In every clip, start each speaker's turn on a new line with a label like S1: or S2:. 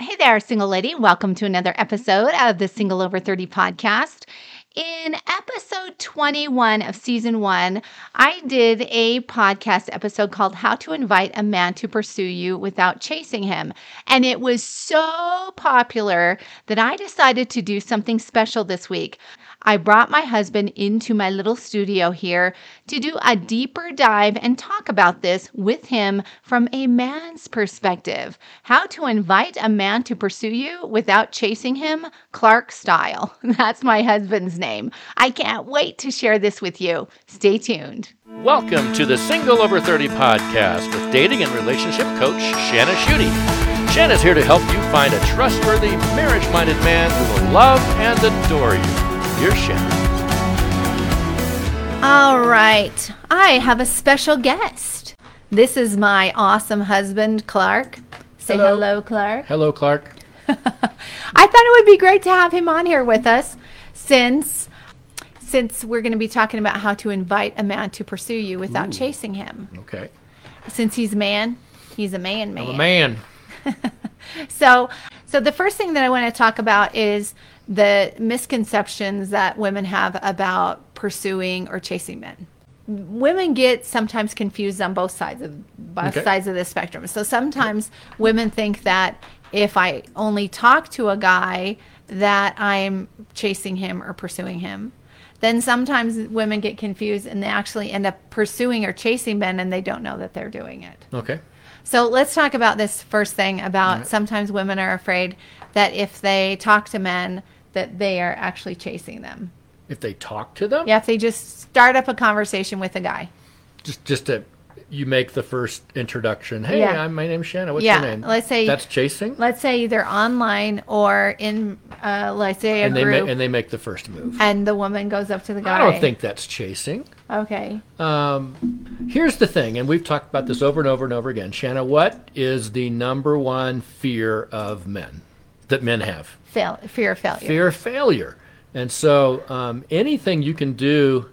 S1: Hey there, single lady. Welcome to another episode of the Single Over 30 podcast. In episode 21 of season one, I did a podcast episode called How to Invite a Man to Pursue You Without Chasing Him. And it was so popular that I decided to do something special this week. I brought my husband into my little studio here to do a deeper dive and talk about this with him from a man's perspective. How to invite a man to pursue you without chasing him, Clark style. That's my husband's name. I can't wait to share this with you. Stay tuned.
S2: Welcome to the Single Over 30 podcast with dating and relationship coach Shanna Schutte. Shanna's here to help you find a trustworthy, marriage minded man who will love and adore you. Here's Shanna.
S1: All right. I have a special guest. This is my awesome husband, Clark. Say hello,
S2: Hello.
S1: Clark.
S2: Hello, Clark.
S1: I thought it would be great to have him on here with us since since we're going to be talking about how to invite a man to pursue you without chasing him.
S2: Okay.
S1: Since he's a man, he's a man man.
S2: man.
S1: So so the first thing that I want to talk about is the misconceptions that women have about pursuing or chasing men. Women get sometimes confused on both sides of both
S2: Okay.
S1: sides of the spectrum. So sometimes women think that if I only talk to a guy that I'm chasing him or pursuing him. Then sometimes women get confused and they actually end up pursuing or chasing men and they don't know that they're doing it.
S2: Okay.
S1: So let's talk about this first thing about
S2: right.
S1: sometimes women are afraid that if they talk to men that they are actually chasing them.
S2: If they talk to them,
S1: Yeah, if they just start up a conversation with a guy.
S2: just just to you make the first introduction. Hey,
S1: Yeah.
S2: I'm, my name's Shanna. What's
S1: Yeah,
S2: your name?
S1: let's say-
S2: that's chasing.
S1: Let's say either online or in uh, let's say a
S2: and they
S1: group
S2: ma- and they make the first move.
S1: and the woman goes up to the guy.
S2: I don't think that's chasing.
S1: Okay.
S2: Um, here's the thing, and we've talked about this over and over and over again. Shanna, what is the number one fear of men that men have?
S1: Fail fear of failure.
S2: Fear of failure. And so um, anything you can do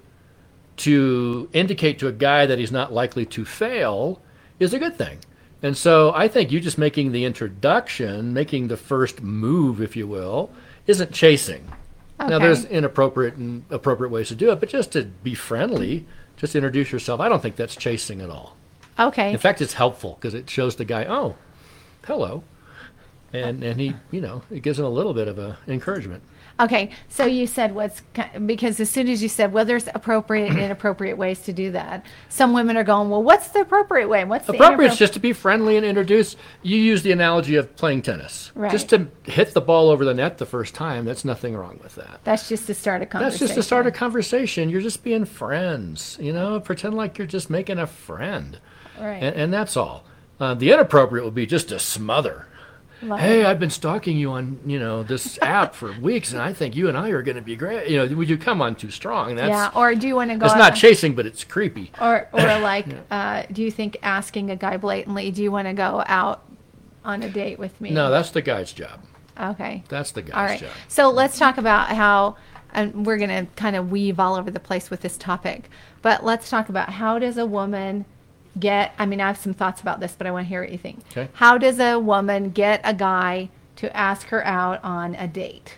S2: to indicate to a guy that he's not likely to fail is a good thing. And so I think you just making the introduction, making the first move, if you will, isn't chasing. Now
S1: Okay.
S2: there's inappropriate and appropriate ways to do it, but just to be friendly, just introduce yourself. I don't think that's chasing at all.
S1: Okay.
S2: In fact, it's helpful because it shows the guy, oh, hello, and and he, you know, it gives him a little bit of a encouragement.
S1: Okay, so you said what's ki- because as soon as you said well, there's appropriate and inappropriate ways to do that. Some women are going, well, what's the appropriate way? What's the
S2: Appropriate
S1: inappropri-
S2: is just to be friendly and introduce. You use the analogy of playing tennis,
S1: Right.
S2: just to hit the ball over the net the first time. That's nothing wrong with that.
S1: That's just to start a
S2: That's
S1: conversation.
S2: just to start a conversation. You're just being friends, you know. Pretend like you're just making a friend,
S1: Right.
S2: and, and that's all. Uh, the inappropriate would be just to smother.
S1: Right.
S2: Hey, I've been stalking you on you know this app for weeks, and I think you and I are going to be great. You know, would you come on too strong? That's
S1: yeah, Oh, or do you want to go?
S2: it's
S1: out-
S2: not chasing, but it's creepy.
S1: or or like, uh, do you think asking a guy blatantly, do you want to go out on a date with me?
S2: No, that's the guy's job.
S1: Okay.
S2: That's the guy's
S1: all right.
S2: job.
S1: So let's talk about how, and we're gonna kind of weave all over the place with this topic, but let's talk about how does a woman get? I mean, I have some thoughts about this, but I want to hear what you think.
S2: Okay.
S1: How does a woman get a guy to ask her out on a date?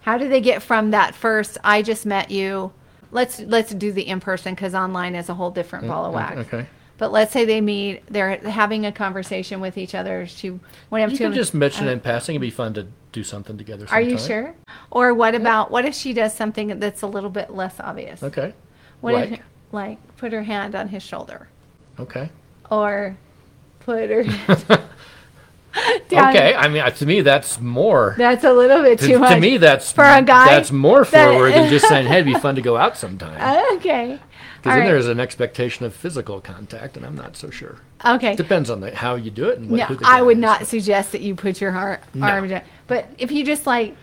S1: How do they get from that first "I just met you"? Let's let's do the in person because online is a whole different ball of wax.
S2: Mm, okay.
S1: But let's say they meet, they're having a conversation with each other. She went up
S2: You
S1: to
S2: can
S1: him-
S2: just mention it in passing. It'd be fun to do something together.
S1: Uh, are you
S2: sometime.
S1: sure? Or what about what if she does something that's a little bit less obvious?
S2: Okay.
S1: What if
S2: Like?
S1: like put her hand on his shoulder
S2: Okay.
S1: or put her down.
S2: Okay. I mean, to me, that's more.
S1: That's a little bit
S2: to,
S1: too
S2: to
S1: much
S2: me that's
S1: for a guy.
S2: that's more
S1: that- Uh,
S2: forward than just saying hey it'd be fun to go out sometime
S1: okay.
S2: because
S1: All
S2: then
S1: right.
S2: there's an expectation of physical contact and i'm not so sure
S1: okay.
S2: depends on the, how you do it and what,
S1: No,
S2: who the
S1: I
S2: guy
S1: would
S2: is.
S1: not suggest that you put your heart, arm down. But if you just like,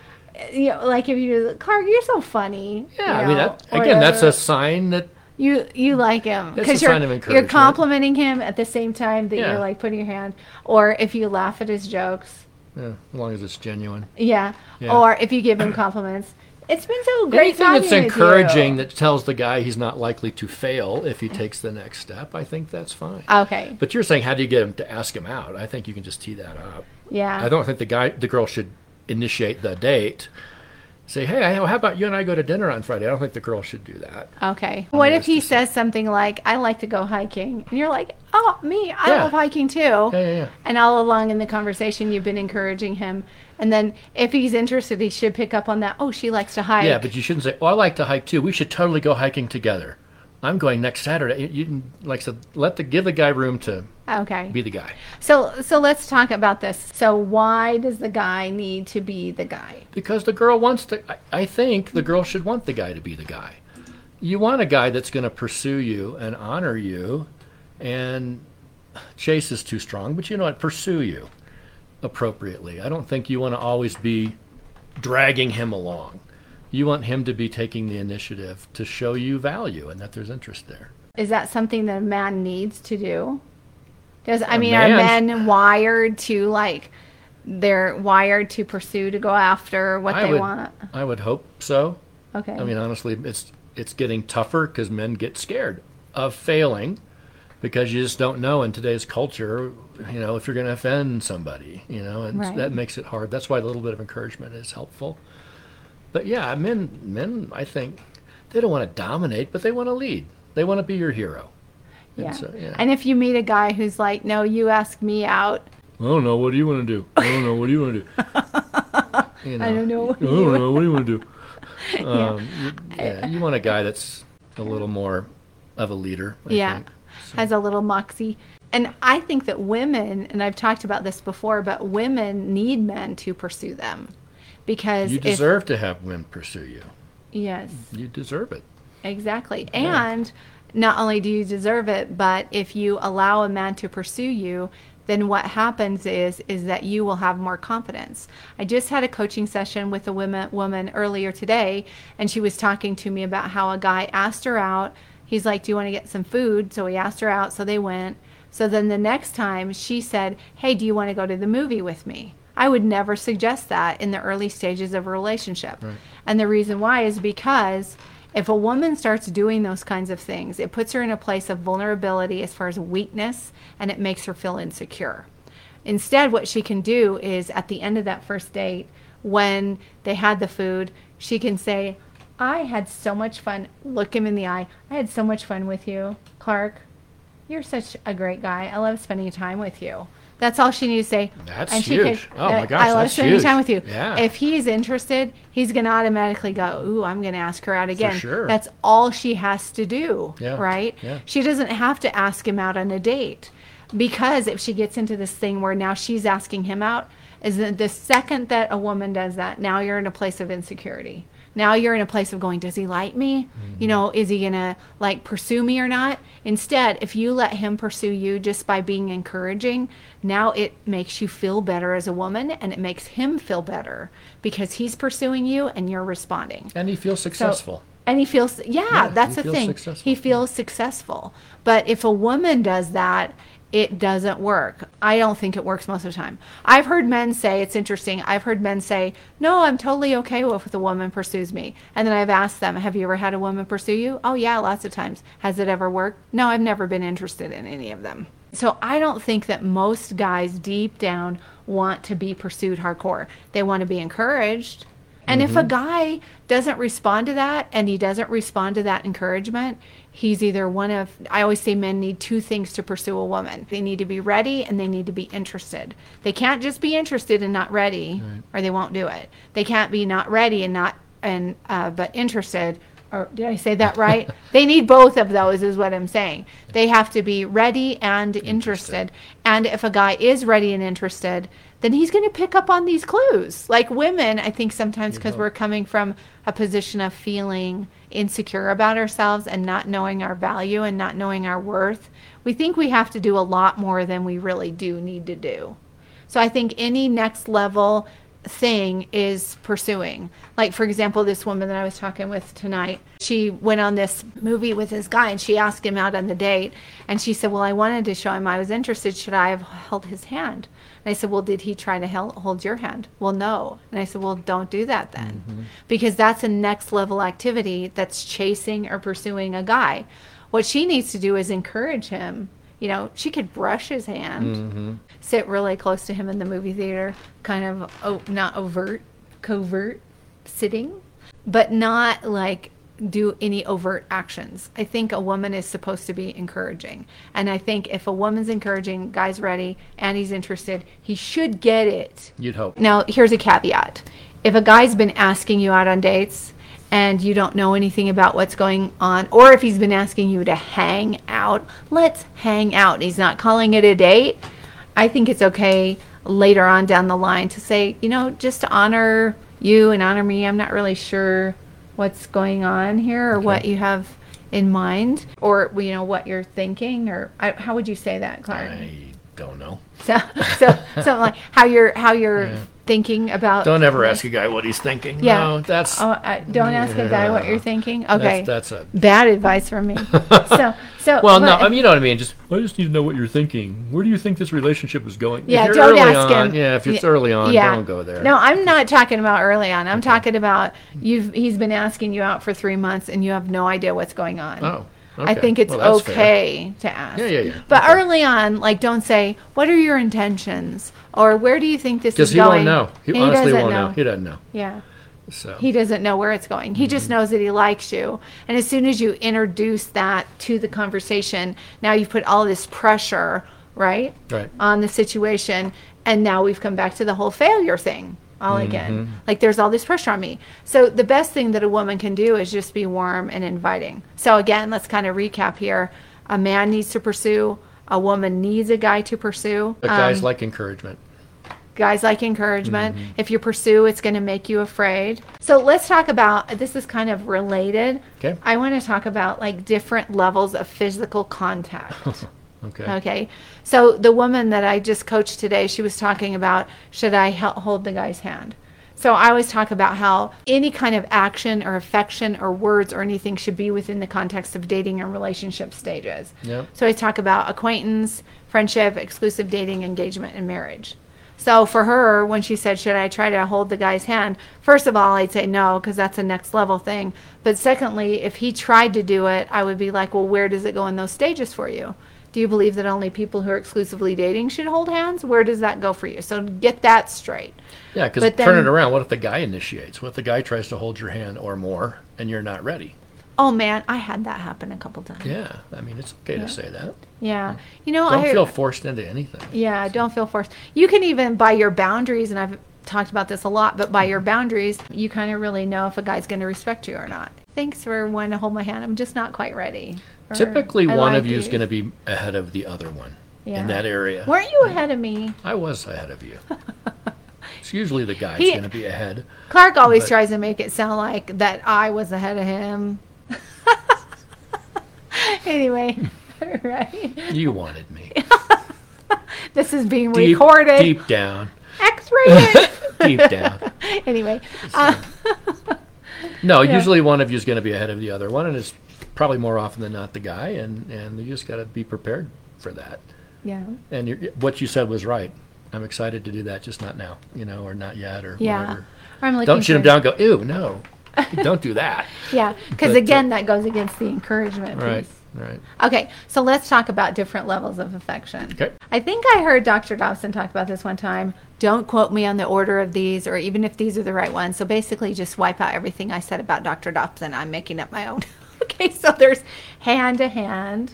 S1: you know, like if you, Clark, you're so funny.
S2: yeah
S1: you
S2: i mean
S1: know,
S2: that
S1: or
S2: again that's
S1: whatever.
S2: a sign that
S1: You you like him
S2: It's
S1: because
S2: a
S1: you're
S2: sign of
S1: you're
S2: encouragement.
S1: complimenting him at the same time that
S2: Yeah.
S1: you're like putting your hand, or if you laugh at his jokes,
S2: yeah, as eh, long as it's genuine
S1: yeah,
S2: Yeah.
S1: or if you give him compliments, It's been so great.
S2: Anything
S1: talking
S2: that's
S1: with
S2: encouraging
S1: you.
S2: that tells the guy he's not likely to fail if he takes the next step, I think that's fine.
S1: okay.
S2: But you're saying, how do you get him to ask him out? I think you can just tee that up.
S1: Yeah.
S2: I don't think the guy, the girl should initiate the date. Say, hey, I- how about you and I go to dinner on Friday? I don't think the girl should do that.
S1: Okay. What if
S2: that's
S1: he
S2: the same.
S1: says something like, "I like to go hiking," and you're like, "Oh, me, I
S2: Yeah.
S1: love hiking too."
S2: Yeah, yeah, yeah.
S1: And all along in the conversation, you've been encouraging him. And then if he's interested, he should pick up on that. Oh, she likes to hike.
S2: Yeah, but you shouldn't say, "Oh, I like to hike too. We should totally go hiking together." I'm going next Saturday. You, you can, like I said, let the give the guy room to
S1: okay.
S2: be the guy
S1: So so let's talk about this. So why does the guy need to be the guy?
S2: because the girl wants to. I, I think the girl should want the guy to be the guy. You want a guy that's going to pursue you and honor you, and chase is too strong. But you know what? Pursue you appropriately. I don't think you want to always be dragging him along. You want him to be taking the initiative to show you value and that there's interest there.
S1: Is that something that a man needs to do? Does I mean are
S2: man's-
S1: men wired to like they're wired to pursue to go after what
S2: I
S1: they
S2: would,
S1: want?
S2: I would hope so.
S1: Okay.
S2: I mean, honestly, it's it's getting tougher because men get scared of failing because you just don't know in today's culture, you know, if you're going to offend somebody, you know, and
S1: Right.
S2: that makes it hard. That's why a little bit of encouragement is helpful. But yeah, men men I think they don't want to dominate, but they want to lead. They want to be your hero.
S1: yeah.
S2: so, uh, yeah.
S1: And if you meet a guy who's like, "No, you ask me out."
S2: I don't know. What do you want to do? I don't know. What do you want to do? You know,
S1: I don't know what
S2: I don't know. What do you want to do? Um, you, yeah, you want a guy that's a little more of a leader. I
S1: yeah.
S2: think.
S1: Has a little moxie. And I think that women, and I've talked about this before, but women need men to pursue them because
S2: You
S1: if-
S2: deserve to have women pursue you.
S1: yes.
S2: You deserve it.
S1: Exactly. And not only do you deserve it, but if you allow a man to pursue you, then what happens is is that you will have more confidence. I just had a coaching session with a women, woman earlier today, and she was talking to me about how a guy asked her out. He's like, "Do you want to get some food?" So he asked her out, so they went. So then the next time she said, "Hey, do you want to go to the movie with me?" I would never suggest that in the early stages of a relationship. And the reason why is because if a woman starts doing those kinds of things, it puts her in a place of vulnerability as far as weakness and it makes her feel insecure. Instead, what she can do is at the end of that first date, when they had the food, she can say, I had so much fun. Look him in the eye. I had so much fun with you, Clark. You're such a great guy. I love spending time with you. That's all she needs to say.
S2: That's
S1: she
S2: huge. Oh my gosh,
S1: I love
S2: that's
S1: spending
S2: huge.
S1: time with you.
S2: Yeah.
S1: If he's interested, he's gonna automatically go. Ooh, I'm gonna ask her out again.
S2: sure.
S1: That's all she has to do.
S2: Yeah,
S1: Right.
S2: yeah.
S1: She doesn't have to ask him out on a date, because if she gets into this thing where now she's asking him out, is that the second that a woman does that, now you're in a place of insecurity. Now you're in a place of going, does he like me? You know, is he gonna like pursue me or not? Instead, if you let him pursue you just by being encouraging, now it makes you feel better as a woman and it makes him feel better because he's pursuing you and you're responding.
S2: And he feels
S1: So-
S2: successful.
S1: and he feels, yeah, that's
S2: he
S1: the
S2: feels
S1: thing.
S2: successful,
S1: He
S2: yeah.
S1: feels successful. But if a woman does that, it doesn't work. I don't think it works most of the time. I've heard men say, it's interesting. I've heard men say, no, I'm totally okay with if a woman pursues me. And then I've asked them, have you ever had a woman pursue you? Oh, yeah, lots of times. Has it ever worked? No, I've never been interested in any of them. So I don't think that most guys deep down want to be pursued hardcore. They want to be encouraged. And if a guy doesn't respond to that and he doesn't respond to that encouragement, he's either one of, I always say men need two things to pursue a woman they need to be ready and they need to be interested. They can't just be interested and not ready, or they won't do it. They can't be not ready and not, and, uh, but interested. Or did I say that right? they need both of those, is what I'm saying. They have to be ready and interested. And if a guy is ready and interested, then he's going to pick up on these clues. Like women, I think sometimes because we're coming from a position of feeling insecure about ourselves and not knowing our value and not knowing our worth, we think we have to do a lot more than we really do need to do. So I think any next level thing is pursuing. Like, for example, this woman that I was talking with tonight, she went on this movie with this guy and she asked him out on the date. And she said, Well, I wanted to show him I was interested. Should I have held his hand? And I said, Well, did he try to hel- hold your hand? Well, no. And I said, Well, don't do that then, because that's a next level activity that's chasing or pursuing a guy. What she needs to do is encourage him. You know, she could brush his hand sit really close to him in the movie theater, kind of oh, not overt, covert sitting, but not like do any overt actions. I think a woman is supposed to be encouraging. And I think if a woman's encouraging, guy's ready, and he's interested, he should get it.
S2: You'd hope.
S1: Now, here's a caveat. If a guy's been asking you out on dates and you don't know anything about what's going on, or if he's been asking you to hang out, let's hang out. He's not calling it a date. I think it's okay later on down the line to say, you know, just to honor you and honor me. I'm not really sure what's going on here or what you have in mind or you know what you're thinking or I, how would you say that Clark?
S2: I don't know.
S1: So, so something like how you're how you're thinking about.
S2: Don't ever ask a guy what he's thinking.
S1: Yeah.
S2: No, that's
S1: Oh, I, don't ask a guy what
S2: Yeah.
S1: you're thinking. Okay,
S2: that's, that's a
S1: bad advice from me. so, so.
S2: well, no,
S1: but-
S2: I mean, you know what I mean. Just I just need to know what you're thinking. Where do you think this relationship is going? If
S1: Yeah,
S2: you're
S1: don't
S2: early
S1: ask
S2: on-
S1: him.
S2: Yeah, if it's
S1: Yeah.
S2: early on,
S1: yeah.
S2: don't go there.
S1: No, I'm not talking about early on. I'm talking about you've. He's been asking you out for three months, and you have no idea what's going on.
S2: Oh,
S1: I
S2: okay.
S1: think it's
S2: Well, that's fair.
S1: okay to ask.
S2: Yeah, yeah, yeah.
S1: But early on, like, don't say, "What are your intentions?" or "Where do you think this
S2: because
S1: is
S2: he
S1: going?"
S2: won't know. He,
S1: And
S2: honestly
S1: doesn't
S2: won't know. He doesn't know.
S1: Yeah.
S2: So
S1: He doesn't know where it's going. He just knows that he likes you. And as soon as you introduce that to the conversation, now you put all this pressure, right?
S2: Right.
S1: On the situation. And now we've come back to the whole failure thing all again. Like there's all this pressure on me. So the best thing that a woman can do is just be warm and inviting. So again, let's kind of recap here. A man needs to pursue, a woman needs a guy to pursue. Um,
S2: but guys like encouragement.
S1: Guys like encouragement.
S2: Mm-hmm.
S1: If you pursue, it's going to make you afraid. So let's talk about this is kind of related.
S2: Okay.
S1: I want to talk about like different levels of physical contact.
S2: Okay.
S1: okay. So the woman that I just coached today, she was talking about should I hel- hold the guy's hand? So I always talk about how any kind of action or affection or words or anything should be within the context of dating and relationship stages.
S2: Yep.
S1: So I talk about acquaintance, friendship, exclusive dating, engagement, and marriage. So for her, when she said, "Should I try to hold the guy's hand?" First of all, I'd say no because that's a next level thing. But secondly, if he tried to do it, I would be like, "Well, where does it go in those stages for you? Do you believe that only people who are exclusively dating should hold hands? Where does that go for you?" So get that straight.
S2: Yeah, because
S1: But
S2: turn
S1: then-
S2: it around. What if the guy initiates? What if the guy tries to hold your hand or more, and you're not ready?
S1: Oh man, I had that happen a couple times. Yeah,
S2: Yeah, I mean, it's okay to say that.
S1: you know,
S2: Don't
S1: I
S2: feel forced into anything.
S1: Yeah, don't feel forced. You can even by your boundaries, and I've talked about this a lot, but by your
S2: Mm-hmm.
S1: boundaries, you kind of really know if a guy's going to respect you or not. Thanks for wanting to hold my hand. I'm just not quite ready. Or,
S2: Typically,
S1: "I
S2: one
S1: like
S2: of you is going to be ahead of the other one
S1: Yeah.
S2: in that area.
S1: Weren't you ahead of me?
S2: I was ahead of you. it's usually the guy's
S1: He-
S2: going to be ahead.
S1: Clark always
S2: But-
S1: tries to make it sound like that I was ahead of him. anyway, right?
S2: You wanted me.
S1: This is being
S2: Deep,
S1: recorded.
S2: deep down.
S1: X-rated.
S2: Deep down.
S1: anyway, uh,
S2: No, usually one of you is going to be ahead of the other one, and it's probably more often than not the guy, and, and you just got to be prepared for that.
S1: yeah.
S2: And you're, what you said was right. I'm excited to do that, just not now, you know, or not yet, or
S1: Yeah.
S2: whatever.
S1: I'm looking
S2: Don't shoot him
S1: for-
S2: down. Go, ew, no, don't do that.
S1: Yeah, because
S2: But, uh,
S1: again, that goes against the encouragement piece.
S2: Right, right.
S1: Okay, so let's talk about different levels of affection.
S2: Okay.
S1: I think I heard Dr. Dobson talk about this one time. Don't quote me on the order of these, or even if these are the right ones. So basically, just wipe out everything I said about Dr. Dobson. I'm making up my own. okay, so there's hand to hand,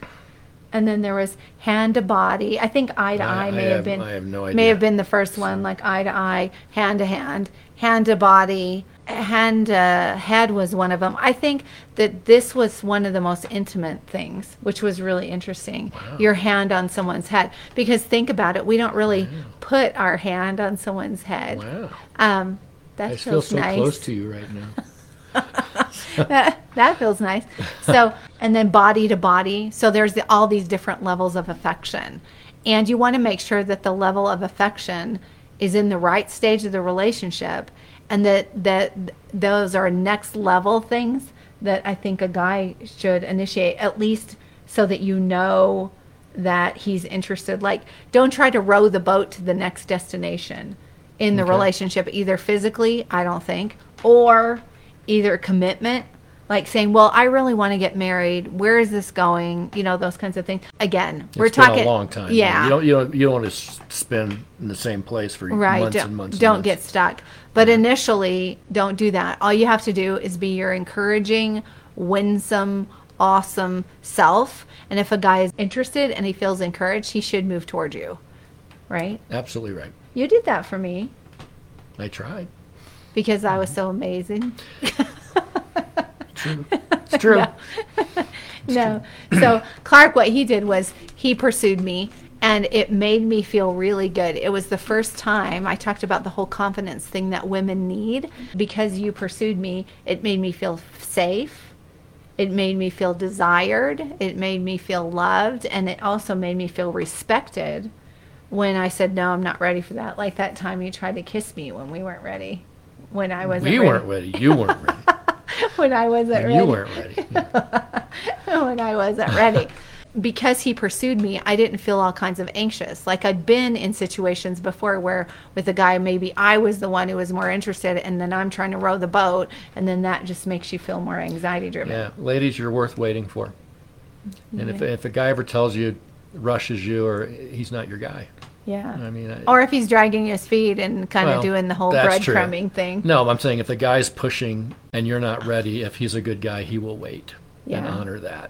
S1: and then there was hand to body. I think eye to
S2: I-
S1: eye may
S2: I
S1: have,
S2: have-
S1: been
S2: I have no
S1: may
S2: idea.
S1: have been the first one, like eye to eye, hand to hand, hand to body, hand to head was one of them. I think that this was one of the most intimate things, which was really interesting. Your hand on someone's head, because think about it, we don't really put our hand on someone's head.
S2: Mm. Wow.
S1: Um, that
S2: I
S1: feels
S2: feel so
S1: nice.
S2: close to you right now.
S1: that, that feels nice. So, and then body to body. So there's the, all these different levels of affection. And you want to make sure that the level of affection is in the right stage of the relationship and that that those are next level things that I think a guy should initiate at least so that you know that he's interested like don't try to row the boat to the next destination in the
S2: Okay.
S1: relationship either physically I don't think or either commitment like saying well I really want to get married where is this going you know those kinds of things again we're
S2: It's been
S1: talking
S2: a long time.
S1: yeah
S2: you don't you don't you don't want to s- spend in the same place for
S1: right
S2: months
S1: don't,
S2: and months. and
S1: don't
S2: months.
S1: get stuck but initially don't do that all you have to do is be your encouraging winsome awesome self and if a guy is interested and he feels encouraged he should move toward you right
S2: absolutely right.
S1: you did that for me
S2: I tried.
S1: because i
S2: Mm-hmm.
S1: was so amazing
S2: True. It's true.
S1: no so clark what he did was he pursued me and it made me feel really good it was the first time i talked about the whole confidence thing that women need because you pursued me it made me feel safe it made me feel desired it made me feel loved and it also made me feel respected when i said no i'm not ready for that like that time you tried to kiss me when we weren't ready when i wasn't
S2: We
S1: ready
S2: weren't ready. You weren't ready.
S1: when i wasn't
S2: And
S1: ready
S2: you weren't ready.
S1: when I wasn't ready. Because he pursued me, I didn't feel all kinds of anxious. Like I'd been in situations before where, with a guy, maybe I was the one who was more interested, and then I'm trying to row the boat, and then that just makes you feel more anxiety driven.
S2: Yeah, ladies, you're worth waiting for. And if if a guy ever tells you, rushes you, or he's not your guy.
S1: Yeah.
S2: I mean, I,
S1: Or if he's dragging his feet and kind
S2: well,
S1: of doing the whole
S2: that's true.
S1: breadcrumbing thing.
S2: No, I'm saying if the guy's pushing and you're not ready, if he's a good guy, he will wait and
S1: Yeah.
S2: honor that.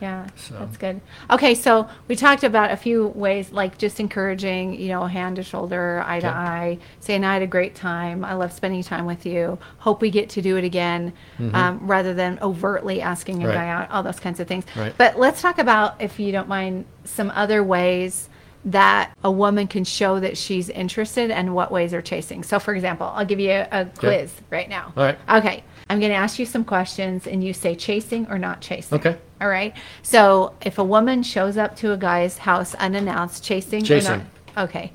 S1: Yeah,
S2: So-
S1: that's good. Okay, so we talked about a few ways, like just encouraging, you know, hand to shoulder, eye to
S2: Okay.
S1: eye, saying, I had a great time. I love spending time with you. Hope we get to do it again, um, rather than overtly asking a
S2: Mm-hmm. Right.
S1: guy out, all those kinds of things.
S2: Right.
S1: But let's talk about, if you don't mind, some other ways that a woman can show that she's interested and what ways are chasing. So, for example, I'll give you a, a quiz right now.
S2: All right.
S1: Okay, I'm going to ask you some questions and you say chasing or not chasing.
S2: Okay.
S1: All right. So if a woman shows up to a guy's house unannounced, chasing, or
S2: Chasing.
S1: not- okay.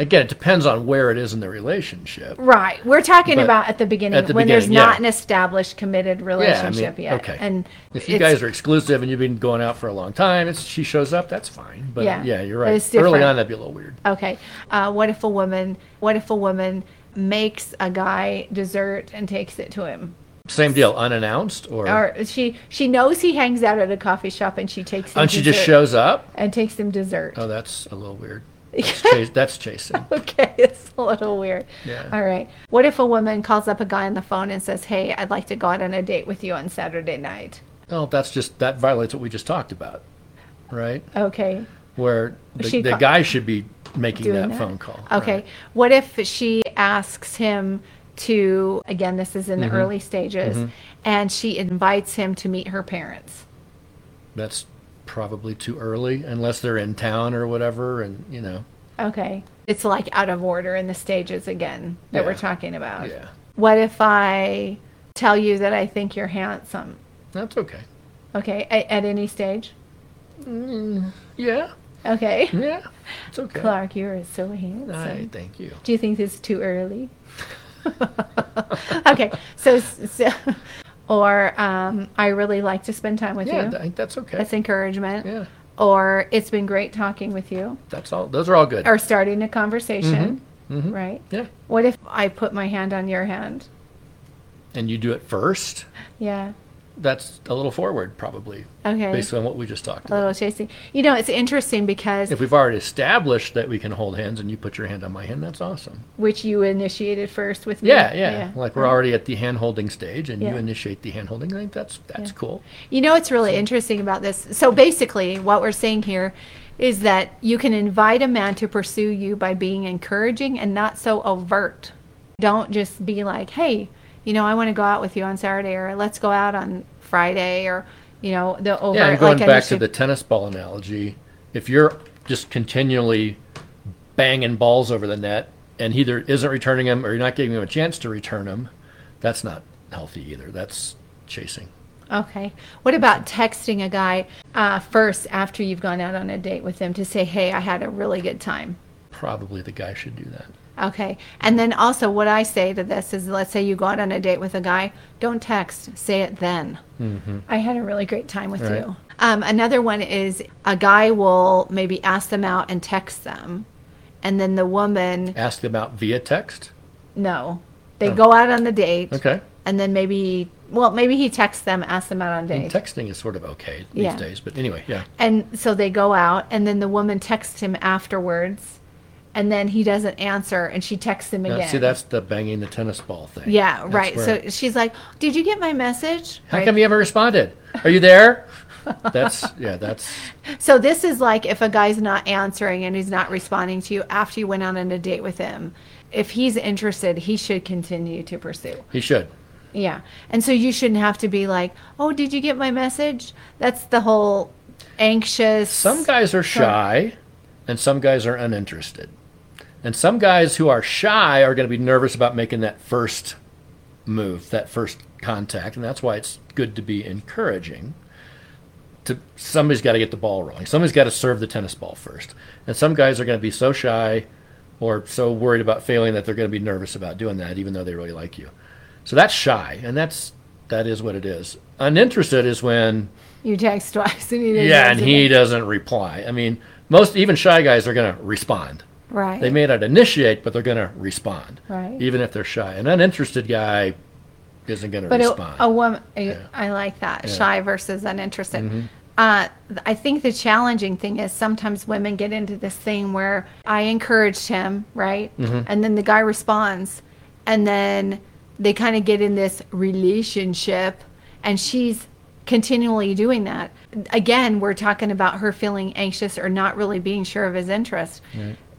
S2: Again, it depends on where it is in the relationship.
S1: Right. We're talking
S2: But
S1: about at the beginning
S2: at the
S1: when there's
S2: beginning, yeah.
S1: not an established, committed relationship yet.
S2: okay.
S1: And
S2: If you
S1: it's-
S2: guys are exclusive and you've been going out for a long time, it's, she shows up, that's fine. But
S1: Yeah.
S2: yeah, you're right.
S1: It's
S2: Early
S1: different.
S2: on, that'd be a little weird.
S1: okay. Uh, what if a woman? What if a woman makes a guy dessert and takes it to him?
S2: Same deal, unannounced, or,
S1: Or she she knows he hangs out at a coffee shop and she takes him
S2: and she just
S1: dessert-
S2: shows up.
S1: and takes him dessert.
S2: Oh, that's a little weird. That's, chas- that's chasing.
S1: Okay, it's a little weird.
S2: Yeah.
S1: All right. What if a woman calls up a guy on the phone and says, "Hey, I'd like to go out on a date with you on Saturday night."
S2: Oh, that's just that violates what we just talked about, right?
S1: Okay.
S2: Where the,
S1: She
S2: the
S1: ca-
S2: guy should be making
S1: Doing
S2: that,
S1: that?
S2: phone call.
S1: Okay.
S2: right.
S1: What if she asks him to again, this is in
S2: Mm-hmm.
S1: the early stages, and she invites him to meet her parents.
S2: that's probably too early unless they're in town or whatever, and you know.
S1: Okay. It's like out of order in the stages again that we're
S2: Yeah.
S1: talking about.
S2: Yeah.
S1: What if I tell you that I think you're handsome?
S2: That's okay.
S1: Okay, at, at any stage?
S2: Yeah,
S1: Okay.
S2: yeah, it's okay.
S1: Clark, you are so handsome.
S2: Mm-hmm. I thank you.
S1: Do you think this is too early? okay, so, so or um, I really like to spend time with
S2: Yeah,
S1: you.
S2: I think that's okay.
S1: That's encouragement.
S2: yeah,
S1: Or it's been great talking with you.
S2: that's all. Those are all good.
S1: Or starting a conversation,
S2: Mhm.
S1: right?
S2: Yeah,
S1: What if I put my hand on your hand?
S2: and you do it first.
S1: Yeah.
S2: That's a little forward, probably,
S1: Okay.
S2: based on what we just talked
S1: A
S2: about.
S1: little chasing. You know, it's interesting because
S2: If we've already established that we can hold hands and you put your hand on my hand, that's awesome.
S1: which you initiated first with me.
S2: Yeah, yeah. Like we're
S1: Right.
S2: already at the hand holding stage, and
S1: Yeah.
S2: you initiate the hand holding. I think that's that's cool.
S1: You know what's really interesting about this? So basically, what we're saying here is that you can invite a man to pursue you by being encouraging and not so overt. Don't just be like, "Hey, you know, I want to go out with you on Saturday, or let's go out on Friday, or you know, the overt."
S2: Yeah, and going
S1: like
S2: back to the
S1: initiative-
S2: tennis ball analogy, if you're just continually banging balls over the net and he either isn't returning them or you're not giving him a chance to return them, that's not healthy either. That's chasing.
S1: Okay. What about texting a guy uh, first after you've gone out on a date with him to say, "Hey, I had a really good time."
S2: probably the guy should do that.
S1: Okay. And then also, what I say to this is let's say you go out on a date with a guy, don't text, say it then. I had a really great time with
S2: Mm-hmm. Right.
S1: you. Um, another one is a guy will maybe ask them out and text them. And then the woman,
S2: Ask about via text.
S1: no, they go out on the date.
S2: Oh. Okay.
S1: And then maybe, well, maybe he texts them, asks them out on a date.
S2: And texting is sort of okay these
S1: Yeah.
S2: days, but anyway, yeah.
S1: And so they go out, and then the woman texts him afterwards, and then he doesn't answer, and she texts him
S2: Now,
S1: again.
S2: see, that's the banging the tennis ball thing.
S1: yeah,
S2: That's
S1: right.
S2: where-
S1: So she's like, "Did you get my message?"
S2: how
S1: Right.
S2: come you haven't responded? Are you there? That's yeah. That's
S1: So this is like if a guy's not answering and he's not responding to you after you went out on a date with him. If he's interested, he should continue to pursue.
S2: he should.
S1: Yeah. And so you shouldn't have to be like, "Oh, did you get my message?" That's the whole anxious
S2: Some guys are shy, and some guys are uninterested, and some guys who are shy are going to be nervous about making that first move, that first contact, and that's why it's good to be encouraging. To somebody's got to get the ball rolling. Somebody's got to serve the tennis ball first, and some guys are going to be so shy or so worried about failing that they're going to be nervous about doing that, even though they really like you. So that's shy, and that's that is what it is. Uninterested is when
S1: you text twice and he didn't
S2: yeah, and
S1: answer
S2: he
S1: back.
S2: doesn't reply. I mean, most even shy guys are going to respond.
S1: right.
S2: They may not initiate, but they're going to respond,
S1: Right.
S2: even if they're shy. An uninterested guy isn't going to
S1: But a-
S2: respond.
S1: a, woman, I like that shy versus uninterested. Uh, th- I think the challenging thing is sometimes women get into this thing where I encouraged him, right, and then the guy responds, and then they kind of get in this relationship, and she's continually doing that. Again, we're talking about her feeling anxious or not really being sure of his interest.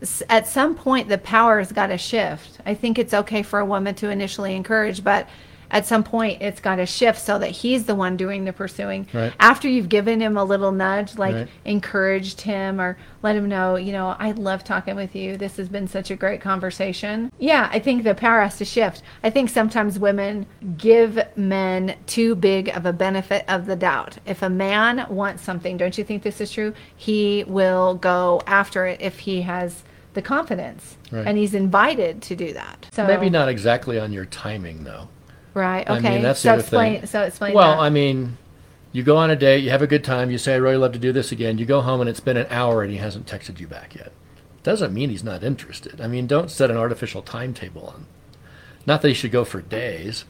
S1: S- At some point, the power's got to shift. I think it's okay for a woman to initially encourage, but at some point, it's got to shift so that he's the one doing the pursuing.
S2: Right.
S1: After you've given him a little nudge, like
S2: Right.
S1: encouraged him or let him know, you know, I love talking with you. This has been such a great conversation. Yeah, I think the power has to shift. I think sometimes women give men too big of a benefit of the doubt. If a man wants something, don't you think this is true? He will go after it if he has the confidence
S2: Right.
S1: and he's invited to do that. So
S2: Maybe not exactly on your timing, though.
S1: Right.
S2: I
S1: Okay.
S2: mean, that's
S1: so
S2: the other
S1: explain.
S2: thing.
S1: So explain.
S2: Well,
S1: that.
S2: I mean, you go on a date, you have a good time, you say, "I really love to do this again." You go home, and it's been an hour, and he hasn't texted you back yet. Doesn't mean he's not interested. I mean, don't set an artificial timetable on. Not that he should go for days,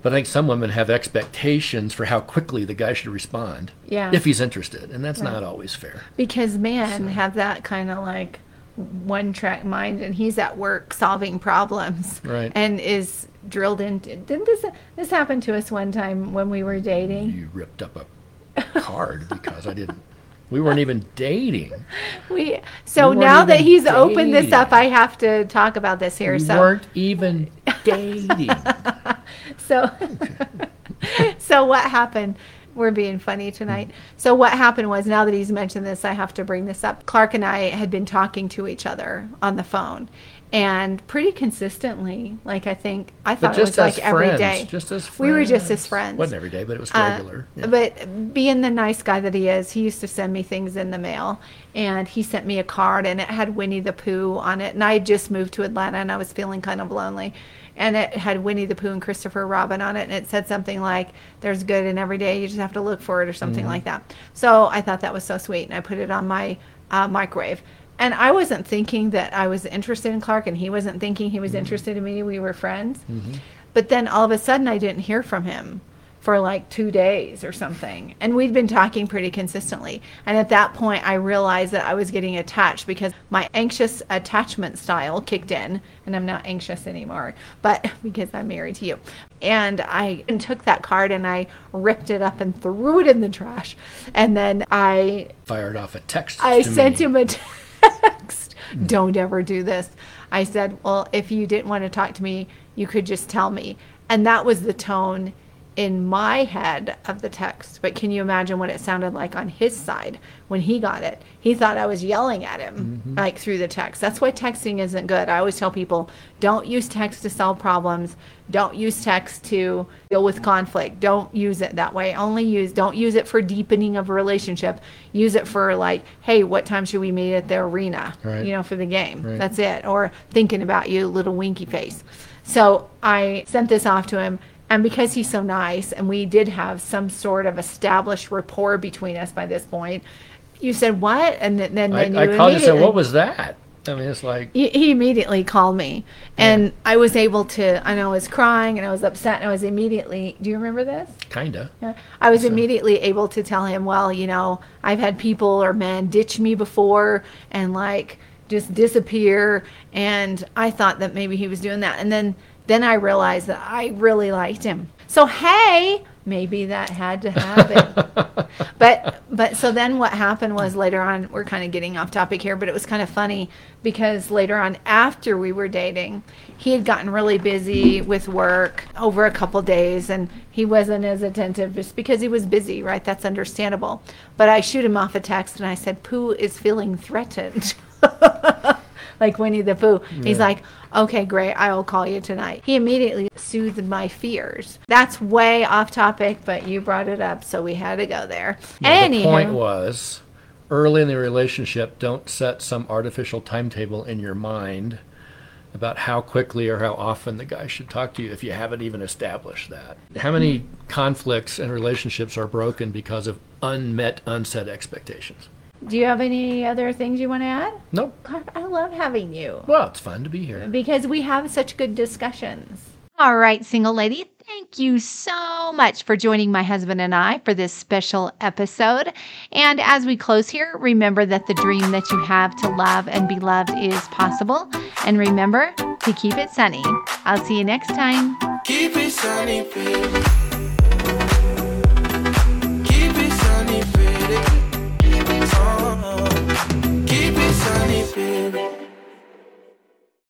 S2: but I think some women have expectations for how quickly the guy should respond.
S1: Yeah.
S2: If he's interested, and that's not always fair.
S1: Because men have that kind of like one track mind, and he's at work solving problems,
S2: Right.
S1: And is drilled into. Didn't this this happen to us one time when we were dating?
S2: You ripped up a card because I didn't. We weren't even dating.
S1: We so
S2: We weren't
S1: now that
S2: even
S1: he's opened this
S2: dating.
S1: up, I have to talk about this here.
S2: We
S1: so
S2: weren't even dating.
S1: So, so what happened? We're being funny tonight. So what happened was now that he's mentioned this, I have to bring this up. Clark and I had been talking to each other on the phone, and pretty consistently. Like I think I thought
S2: But
S1: it was
S2: just as
S1: like every
S2: friends,
S1: day.
S2: just as friends.
S1: we were just as friends.
S2: Wasn't every day, but it was
S1: Uh,
S2: regular. Yeah.
S1: But being the nice guy that he is, he used to send me things in the mail, and he sent me a card, and it had Winnie the Pooh on it. And I had just moved to Atlanta, and I was feeling kind of lonely, and it had Winnie the Pooh and Christopher Robin on it, and it said something like, "There's good in every day. You just have to look for it," or something
S2: Mm-hmm.
S1: like that. So I thought that was so sweet, and I put it on my uh, microwave. And I wasn't thinking that I was interested in Clark, and he wasn't thinking he was
S2: Mm-hmm.
S1: interested in me. We were friends. But then all of a sudden, I didn't hear from him for like two days or something. And we'd been talking pretty consistently. And at that point, I realized that I was getting attached because my anxious attachment style kicked in. And I'm not anxious anymore, but because I'm married to you. And I took that card and I ripped it up and threw it in the trash. And then I
S2: Fired off a text.
S1: I
S2: to
S1: sent
S2: me.
S1: him a text. Don't ever do this. I said, Well, if you didn't want to talk to me, you could just tell me. And that was the tone in my head of the text, but can you imagine what it sounded like on his side when he got it? He thought I was yelling at him
S2: Mm-hmm.
S1: like through the text. That's why texting isn't good. I always tell people don't use text to solve problems, don't use text to deal with conflict. Don't use it that way. Only use don't use it for deepening of a relationship. Use it for like, hey, what time should we meet at the arena?
S2: Right.
S1: You know, for the game.
S2: Right.
S1: That's it. Or thinking about you, little winky face. So I sent this off to him. And because he's so nice, and we did have some sort of established rapport between us by this point, you said, What? And then, then
S2: I,
S1: you
S2: I called and said,
S1: immediately-
S2: "What was that?" I mean, it's like
S1: he, he immediately called me and i was able to and i was crying and i was upset and i was immediately do you remember this
S2: kinda.
S1: yeah. I was immediately able to tell him, well, you know, I've had people or men ditch me before and like just disappear and I thought that maybe he was doing that. And then then I realized that I really liked him. So hey, maybe that had to happen. but but so then what happened was later on we're kind of getting off topic here, but it was kind of funny because later on after we were dating, he had gotten really busy with work over a couple days and he wasn't as attentive just because he was busy, right? That's understandable. But I shoot him off a text and I said, Pooh is feeling threatened. like Winnie the Pooh. He's like, okay, great, I'll call you tonight. He immediately soothed my fears. That's way off topic, but you brought it up, so we had to go there.
S2: Yeah,
S1: Anyhow,
S2: the point was, early in the relationship, don't set some artificial timetable in your mind about how quickly or how often the guy should talk to you if you haven't even established that. How many conflicts and relationships are broken because of unmet, unset expectations?
S1: do you have any other things you want to add?
S2: Nope.
S1: God, I love having you
S2: Well, it's fun to be here.
S1: because we have such good discussions.
S3: All right, single lady, thank you so much for joining my husband and I for this special episode. And as we close here, remember that the dream that you have to love and be loved is possible. And remember to keep it sunny. I'll see you next time.
S4: Keep it sunny, baby.
S3: Oh,